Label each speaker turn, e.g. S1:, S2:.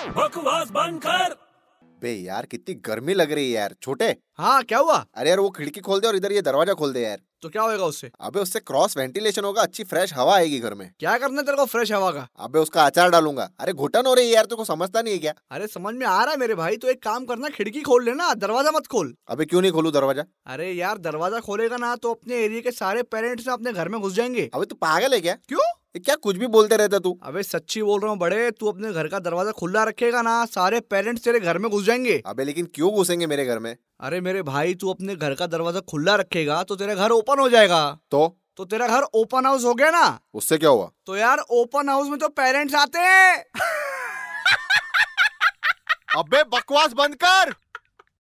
S1: आवाज बंद कर
S2: बे यार कितनी गर्मी लग रही है यार छोटे
S3: हाँ क्या हुआ
S2: अरे यार वो खिड़की खोल दे और इधर ये दरवाजा खोल दे यार
S3: तो क्या होएगा उससे
S2: अबे उससे क्रॉस वेंटिलेशन होगा अच्छी फ्रेश हवा आएगी घर में
S3: क्या करना है तेरे को फ्रेश हवा का
S2: अबे उसका अचार डालूंगा अरे घुटन हो रही है यार तुमको समझता नहीं है क्या
S3: अरे समझ में आ रहा है मेरे भाई तो एक काम करना खिड़की खोल लेना दरवाजा मत खोल
S2: अबे क्यों नहीं खोलू दरवाजा
S3: अरे यार दरवाजा खोलेगा ना तो अपने एरिया के सारे पेरेंट्स ना अपने घर में घुस जाएंगे
S2: अबे तू पागल है क्या
S3: क्यों
S2: ये क्या कुछ भी बोलते रहता तू
S3: अबे सच्ची बोल रहा हूँ बड़े तू अपने घर का दरवाजा खुला रखेगा ना सारे पेरेंट्स तेरे घर में घुस जाएंगे
S2: अबे लेकिन क्यों घुसेंगे मेरे घर में
S3: अरे मेरे भाई तू अपने घर का दरवाजा खुला रखेगा तो तेरा घर ओपन हो जाएगा
S2: तो
S3: तो तेरा घर ओपन हाउस हो गया ना
S2: उससे क्या हुआ
S3: तो यार ओपन हाउस में तो पेरेंट्स आते हैं
S2: अबे बकवास बंद कर